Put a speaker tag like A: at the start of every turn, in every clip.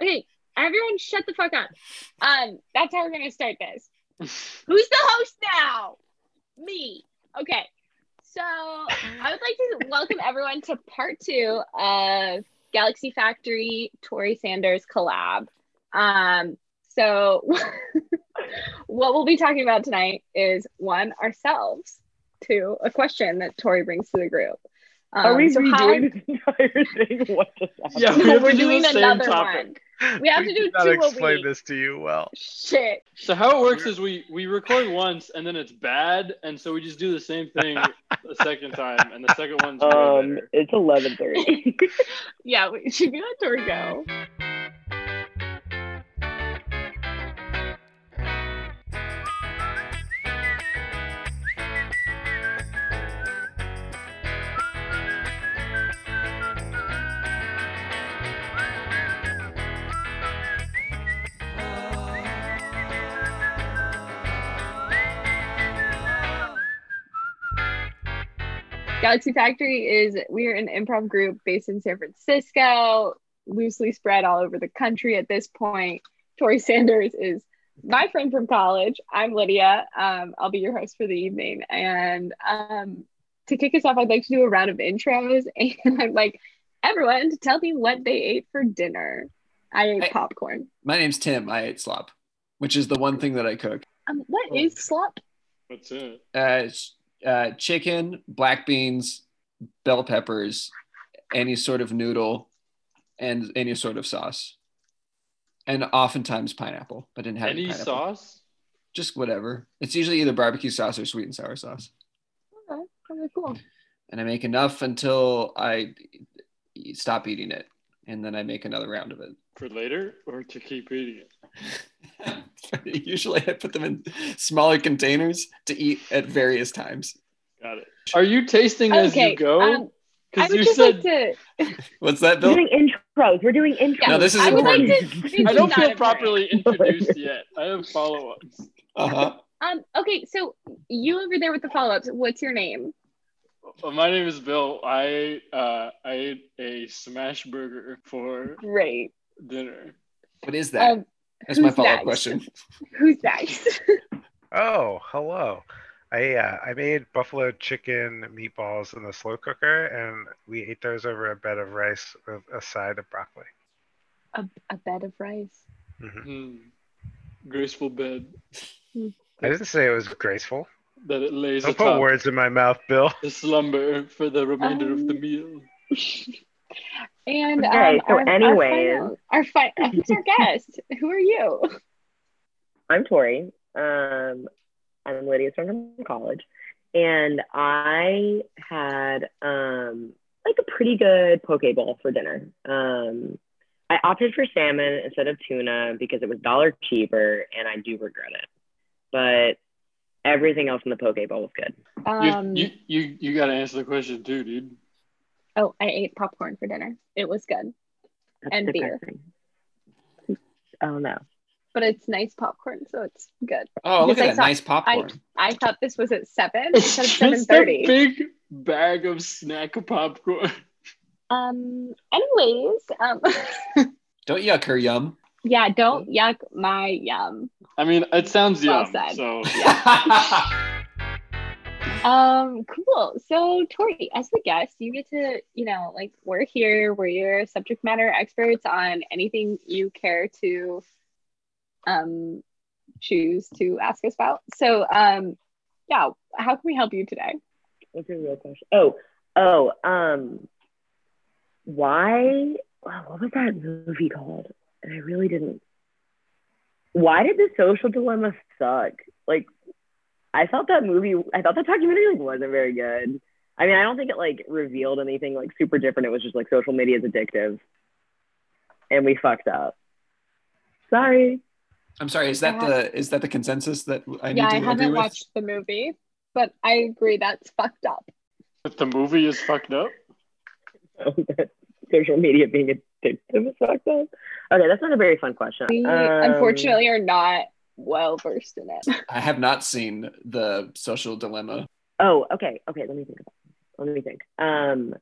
A: Okay, everyone, shut the fuck up. Um, that's how we're gonna start this. Who's the host now? Me. Okay. So I would like to welcome everyone to part two of Galaxy Factory Tori Sanders collab. Um, so what we'll be talking about tonight is one ourselves, two a question that Tori brings to the group. Um,
B: Are we
A: so how-
B: redoing the entire thing? What just happened?
C: Yeah,
A: No,
C: we have
A: we're
C: to do the
A: doing
C: same
A: another
C: topic.
A: one. We have to do
D: cannot
A: two a
D: explain
A: week.
D: this to you well.
A: Shit.
C: So how it works is we we record once and then it's bad, and so we just do the same thing a second time, and the second one's way
B: Um,
C: better.
B: it's eleven thirty.
A: Yeah, we should we let Tori go? Galaxy Factory is we are an improv group based in San Francisco, loosely spread all over the country at this point. Tori Sanders is my friend from college. I'm Lydia. Um, I'll be your host for the evening. And um, to kick us off, I'd like to do a round of intros, and I'd like everyone to tell me what they ate for dinner. I ate
E: Hey.
A: popcorn.
E: My name's Tim. I ate slop, which is the one thing that I cook.
A: Um, what
C: Oh.
A: is slop?
C: That's it.
E: Uh, it's, uh, chicken, black beans, bell peppers, any sort of noodle, and any sort of sauce, and oftentimes pineapple. But didn't have
C: Any
E: pineapple.
C: sauce?
E: Just whatever. It's usually either barbecue sauce or sweet and sour sauce.
A: Okay, okay, Oh, cool.
E: And I make enough until I e- stop eating it, and then I make another round of it.
C: For later or to keep eating it?
E: usually, I put them in smaller containers to eat at various times.
C: Got it. Are you tasting as
A: okay.
C: you go?
A: um, I
C: Because
A: would
C: you
A: just
C: said
A: like to.
E: What's that,
B: We're
E: Bill?
B: doing intros. We're doing intros.
E: No, this is
A: I would like
E: important.
A: to.
C: I don't
A: Not
C: feel
A: a
C: properly introduced yet. I have follow-ups.
E: Uh huh.
A: Um, okay, so you over there with the follow-ups, what's your name?
C: Uh, My name is Bill. I uh, I ate a smash burger for
A: Great.
C: dinner.
E: What is that?
A: Um,
E: That's my
A: who's
E: follow
A: next?
E: up question.
A: Who's next?
D: Oh, hello. I uh, I made buffalo chicken meatballs in the slow cooker, and we ate those over a bed of rice with a side of broccoli.
A: a, a bed of rice.
C: Hmm. Graceful bed
D: I didn't say it was graceful.
C: that it lays
D: Don't put
C: atop
D: words in my mouth, Bill.
C: the slumber for the remainder of the
A: Um,
C: meal.
A: And
B: Okay,
A: um,
B: so
A: our,
B: anyways.
A: our final, our fi- who's our guest? Who are you?
B: I'm Tori. Um, I'm Lydia's friend from college, and I had um like a pretty good poke bowl for dinner. Um, I opted for salmon instead of tuna because it was a dollar cheaper, and I do regret it. But everything else in the poke bowl was good.
C: You,
A: Um,
C: you, you, you got to answer the question too, dude.
A: Oh, I ate popcorn for dinner. It was good, And beer.
B: depressing. Oh no.
A: but it's nice popcorn, so it's good.
E: Oh, look
A: Because I
E: at that
A: saw-
E: nice popcorn.
A: I thought this was at seven
C: It's
A: instead of
C: just
A: seven thirty.
C: a big bag of snack popcorn.
A: Um. Anyways, um.
E: Don't yuck her yum.
A: yeah. Don't yuck my yum.
C: I mean, it sounds
A: Well
C: yum.
A: said.
C: So
A: Um, cool. So, Tori, as the guest, you get to, you know, like we're here, we're your subject matter experts on anything you care to um choose to ask us about. So, um, yeah, how can we help you today?
B: What's your real question? Oh, oh, um, why? wow, What was that movie called? And I really didn't. Why did the social dilemma suck? Like, I thought that movie. I thought that documentary like wasn't very good. I mean, I don't think it like revealed anything like super different. It was just like social media is addictive, and we fucked up. Sorry.
E: I'm sorry. Is that the is that the consensus that I
A: Uh-huh.
E: need
A: yeah,
E: to
A: I
E: agree
A: haven't
E: with?
A: watched the movie, but I agree that's fucked up.
C: if the movie is fucked up,
B: social media being addictive is fucked up. Okay, that's not a very fun question.
A: We
B: Um,
A: unfortunately are not well versed in it.
E: I have not seen the social dilemma.
B: Oh, okay. Okay, let me think about Let me think. Um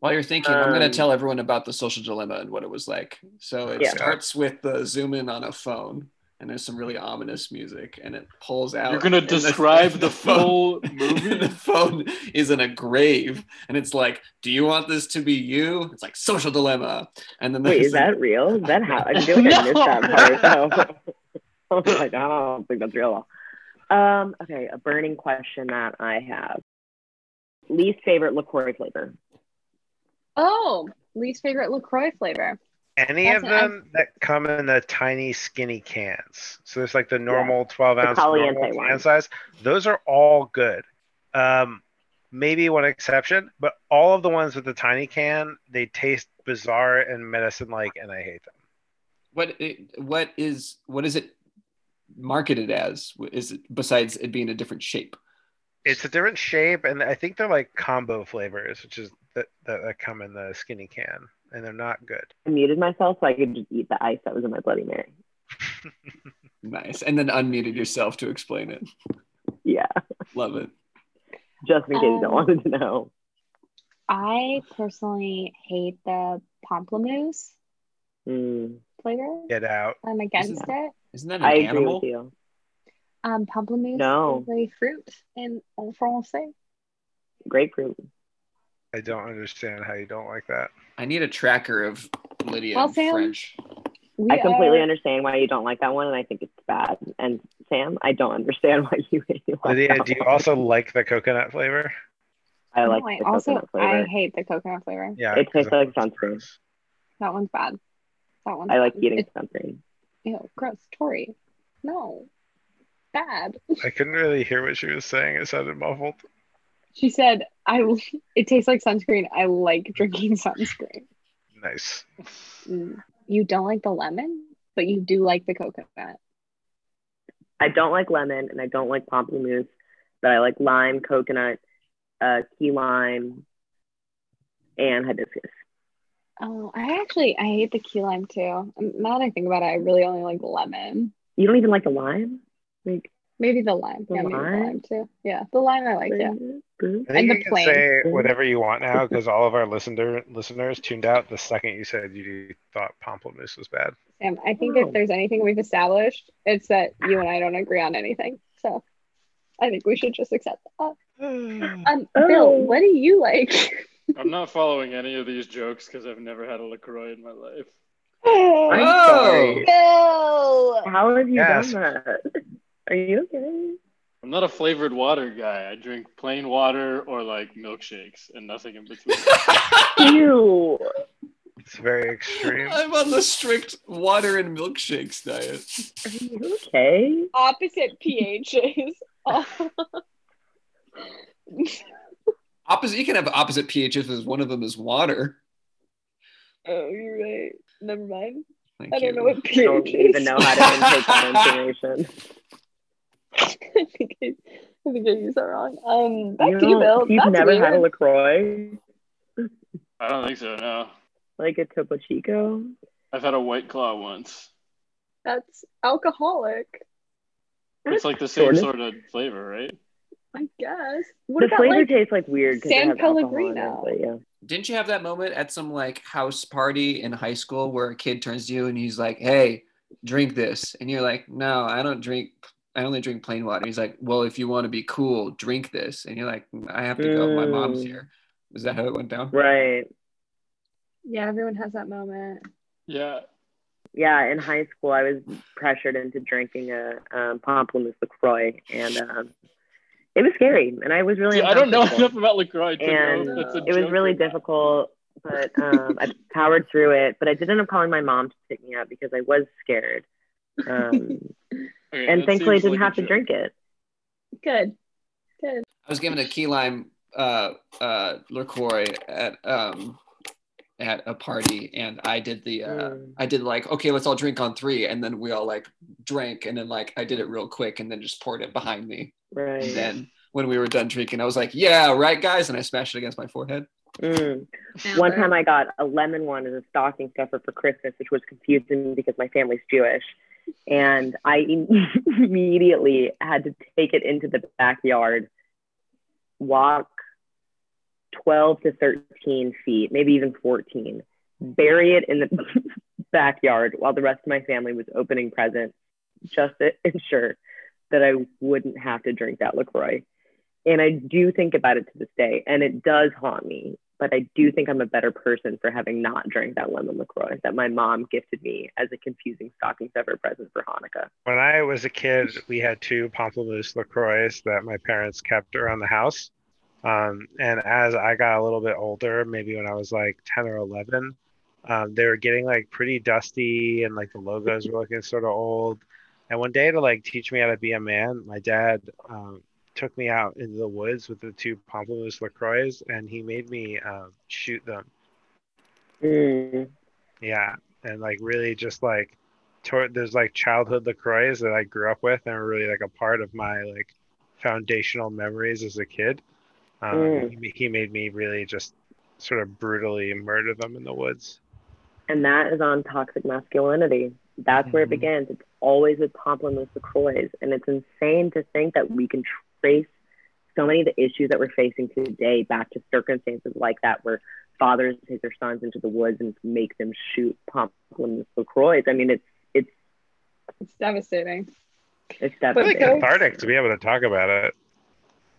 E: While you're thinking, I'm going
B: Um,
E: to tell everyone about the social dilemma and what it was like. So it
B: Yeah.
E: starts with the zoom in on a phone, and there's some really ominous music, and it pulls out.
C: You're gonna
E: and
C: describe the, full
E: phone-
C: movie.
E: the phone is in a grave, and it's like, "Do you want this to be you?" It's like social dilemma, and then
B: Wait,
E: there's
B: is that real? Is that how? I feel like I missed that part. Oh. I was like, I don't think that's real. Um, okay, a burning question that I have. Least favorite liqueur flavor.
A: Oh, least favorite LaCroix flavor.
D: Any
A: That's
D: of
A: what I'm-
D: them that come in the tiny, skinny cans. So there's like the normal 12 ounce
B: Caliente
D: normal
B: one.
D: can size. Those are all good. Um, maybe one exception, but all of the ones with the tiny can, they taste bizarre and medicine like, and I hate them.
E: what it, what is what is it marketed as? Is it besides it being a different shape?
D: It's a different shape, and I think they're like combo flavors, which is that that, that come in the skinny can, and they're not good.
B: I muted myself so I could just eat the ice that was in my Bloody Mary.
E: Nice, and then unmuted yourself to explain it.
B: Yeah,
E: Love it.
B: just in case you
A: Um,
B: don't wanted to know.
A: I personally hate the pamplemousse
B: Mm,
A: flavor.
D: Get out.
A: I'm against
E: Isn't
A: it.
E: Isn't that an
B: I agree
E: animal?
B: with you.
A: Um, pamplemousse
B: No.
A: is a fruit in Francais.
B: Grapefruit.
D: I don't understand how you don't like that.
E: I need a tracker of Lydia
A: Well,
E: in
A: Sam,
E: French.
A: We
B: I completely
A: are-
B: understand why you don't like that one, and I think it's bad. And Sam, I don't understand why you hate it.
D: Lydia, do you also like the coconut flavor?
B: I like
A: No, I
B: the
A: also
B: coconut flavor.
A: I hate the coconut flavor.
D: Yeah,
B: It
D: 'cause
B: tastes like
D: it's
B: sunscreen.
D: gross.
A: That one's bad. That one's
B: I like
A: bad.
B: eating
A: It's,
B: something.
A: ew, gross. Tori, no, bad.
D: I couldn't really hear what she was saying. It sounded muffled.
A: She said, "I. It tastes like sunscreen. I like drinking sunscreen.
D: Nice.
A: Mm. You don't like the lemon, but you do like the coconut.
B: I don't like lemon and I don't like pamplemousse, but I like lime, coconut, uh, key lime, and hibiscus.
A: Oh, I actually I hate the key lime too. Um, Now that I think about it, I really only like lemon.
B: You don't even like the lime? Like,
A: Maybe the lime.
B: The
A: yeah, maybe the
B: lime?
A: lime too. Yeah, the lime I like. Yeah.
B: boo?
D: I
A: And
D: think
A: the
D: you can
A: plain.
D: say whatever you want now because all of our listener listeners tuned out the second you said you thought pamplemousse was bad.
A: Sam, I think
B: Oh.
A: if there's anything we've established, it's that you and I don't agree on anything. So I think we should just accept that. Um, Bill,
B: Oh.
A: what do you like?
C: I'm not following any of these jokes because I've never had a LaCroix in my life.
B: I'm
E: Oh.
B: sorry.
A: Bill.
B: How have you
D: Yes.
B: done that? Are you okay?
C: I'm not a flavored water guy. I drink plain water or like milkshakes and nothing in between.
B: Ew.
D: It's very extreme.
E: I'm on the strict water and milkshakes diet.
B: Are you okay?
A: Opposite pHs.
E: Opposite, you can have opposite pHs because one of them is water.
A: oh, you're right. Never mind.
E: Thank
A: I
E: you.
A: don't know what pH
B: I don't even
A: is.
B: know how to intake that information.
A: I think I, I think I used that wrong. Um, back
B: You
A: to you, Bill.
B: don't- You've
A: That's
B: never had a
A: weird.
B: LaCroix?
C: I don't think so. No,
B: Like a Topo Chico?
C: I've had a White Claw once.
A: That's alcoholic,
C: It's like the same
B: Jordan?
C: sort of flavor, right?
A: I guess. What
B: the
A: about
B: flavor
A: like?
B: tastes like weird. 'cause it
A: San
B: has alcohol in it,
A: Pellegrino?
B: but yeah.
E: Didn't you have that moment at some like house party in high school where a kid turns to you and he's like, "Hey, drink this," and you're like, "No, I don't drink. I only drink plain water." He's like, "Well, if you want to be cool, drink this," and you're like, "I have to go. My mom's
B: Mm.
E: here." Was that how it went down?
B: Right.
A: Yeah, everyone has that moment.
C: Yeah.
B: Yeah, in high school, I was pressured into drinking a um, pamplemousse LaCroix, and um, it was scary. And I was really
C: See, I don't know
B: uncomfortable.
C: enough about LaCroix to know if
B: And
C: that's a
B: It was
C: joke
B: really
C: or not.
B: difficult, but um, I powered through it. But I did end up calling my mom to pick me up because I was scared. Um,
C: Okay,
B: and
C: that
B: thankfully, I
C: seems
B: didn't
C: like a
B: have to
C: joke.
B: drink it.
A: Good, good.
E: I was given a key lime uh, uh, Lacroix at um, at a party, and I did the uh,
B: Mm.
E: I did like okay, let's all drink on three, and then we all like drank, and then like I did it real quick, and then just poured it behind me. And
B: Right.
E: then when we were done drinking, I was like, yeah, right, guys, and I smashed it against my forehead.
B: Mm. One time I got a lemon one as a stocking stuffer for Christmas, which was confusing because my family's Jewish. And I immediately had to take it into the backyard, walk 12 to 13 feet, maybe even 14, bury it in the backyard while the rest of my family was opening presents just to ensure that I wouldn't have to drink that LaCroix. And I do think about it to this day, and it does haunt me. But I do think I'm a better person for having not drank that lemon LaCroix that my mom gifted me as a confusing stocking stuffer present for Hanukkah.
D: When I was a kid, we had two Pomplamoose LaCroix that my parents kept around the house. Um, and as I got a little bit older, maybe when I was like 10 or 11, um, they were getting like pretty dusty and like the logos were looking sort of old. And one day to like teach me how to be a man, my dad um, took me out into the woods with the two Pomplamoose LaCroix and he made me uh, shoot them.
B: Mm.
D: Yeah. And like really just like toward there's like childhood LaCroix that I grew up with and were really like a part of my like foundational memories as a kid. Um,
B: Mm.
D: he, he made me really just sort of brutally murder them in the woods.
B: And that is on toxic masculinity. That's where it
D: Mhm.
B: begins. It's always with Pomplamoose LaCroix. And it's insane to think that we can trace so many of the issues that we're facing today back to circumstances like that where fathers take their sons into the woods and make them shoot Pomplamoose LaCroix. I mean, it's, it's,
A: It's devastating.
B: it's
A: But
B: devastating.
A: go-
D: Cathartic to be able to talk about it.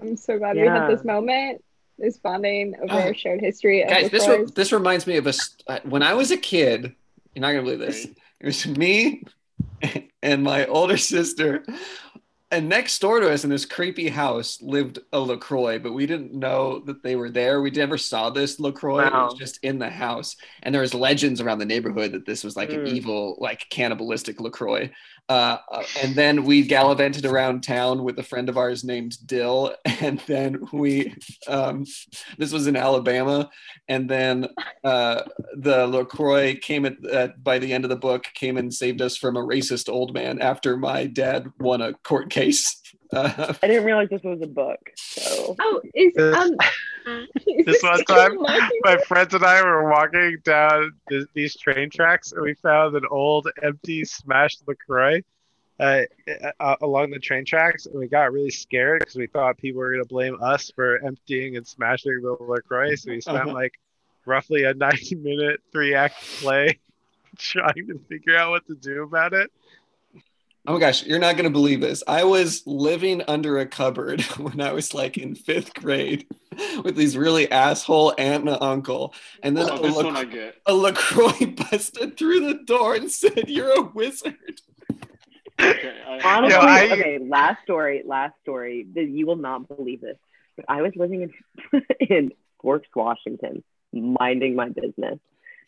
A: I'm so glad we
B: Yeah.
A: had this moment, this bonding over
E: Oh.
A: our shared history of
E: guys this
A: LaCroix.
E: re- this reminds me of a st- uh, when i was a kid you're not gonna believe this
C: Right.
E: it was me and my older sister and next door to us in this creepy house lived a lacroix but we didn't know that they were there we never saw this lacroix it
B: Wow.
E: was just in the house and there was legends around the neighborhood that this was like an
B: Mm.
E: evil like cannibalistic lacroix uh, uh, and then we gallivanted around town with a friend of ours named dill and then we um, this was in alabama and then uh, the Lacroix came at uh, by the end of the book came and saved us from a racist old man after my dad won a court case. Uh,
B: I didn't realize this was a book. So
A: Oh, is
D: This-
A: um is
D: This one
A: Stephen
D: time,
A: Hawking?
D: my friends and I were walking down th- these train tracks, and we found an old, empty, smashed Lacroix uh, uh, along the train tracks, and we got really scared because we thought people were going to blame us for emptying and smashing the Lacroix. So we spent
E: Uh-huh.
D: like roughly a ninety-minute three-act play trying to figure out what to do about it.
E: oh my gosh, you're not gonna believe this. I was living under a cupboard when I was like in fifth grade with these really asshole aunt and uncle, and then
C: Oh,
E: a,
C: this
E: Lac-
C: one I get.
E: a Lacroix busted through the door and said, "You're a wizard."
C: Okay, I,
B: Honestly,
D: Yo, I-
B: okay, last story, last story. Th- You will not believe this, but I was living in in Forks, Washington, minding my business,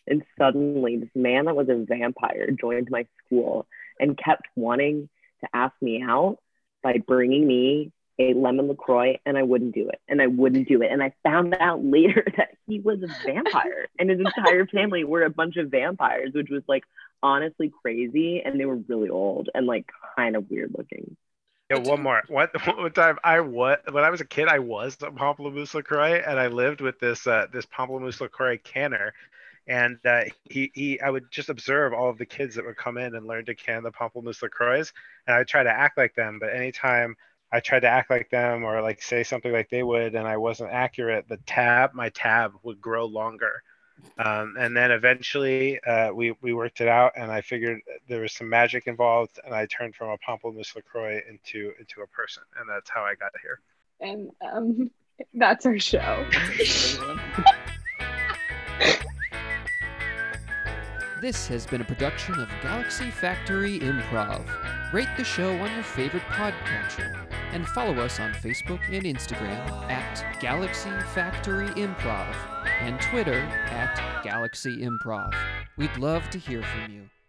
B: and suddenly this man that was a vampire joined my school and kept wanting to ask me out by bringing me a lemon LaCroix, and I wouldn't do it, and I wouldn't do it, and I found out later that he was a vampire, and his entire family were a bunch of vampires, which was like honestly crazy and they were really old and like kind of weird looking.
D: Yeah,
E: But-
D: one more. What one time I was when I was a kid, I was a Pomplamoose Lacroix, and I lived with this uh, this Pomplamoose Lacroix canner, and uh, he he I would just observe all of the kids that would come in and learn to can the Pomplamoose Lacroix, and I would try to act like them. But anytime I tried to act like them or like say something like they would, and I wasn't accurate, the tab my tab would grow longer. Um, and then eventually uh, we, we worked it out and I figured there was some magic involved and I turned from a Pomplamoose LaCroix into into a person and that's how I got here.
A: and um that's our show.
F: This has been a production of Galaxy Factory Improv. Rate the show on your favorite podcatcher and follow us on Facebook and Instagram at Galaxy Factory Improv and Twitter at Galaxy Improv. We'd love to hear from you.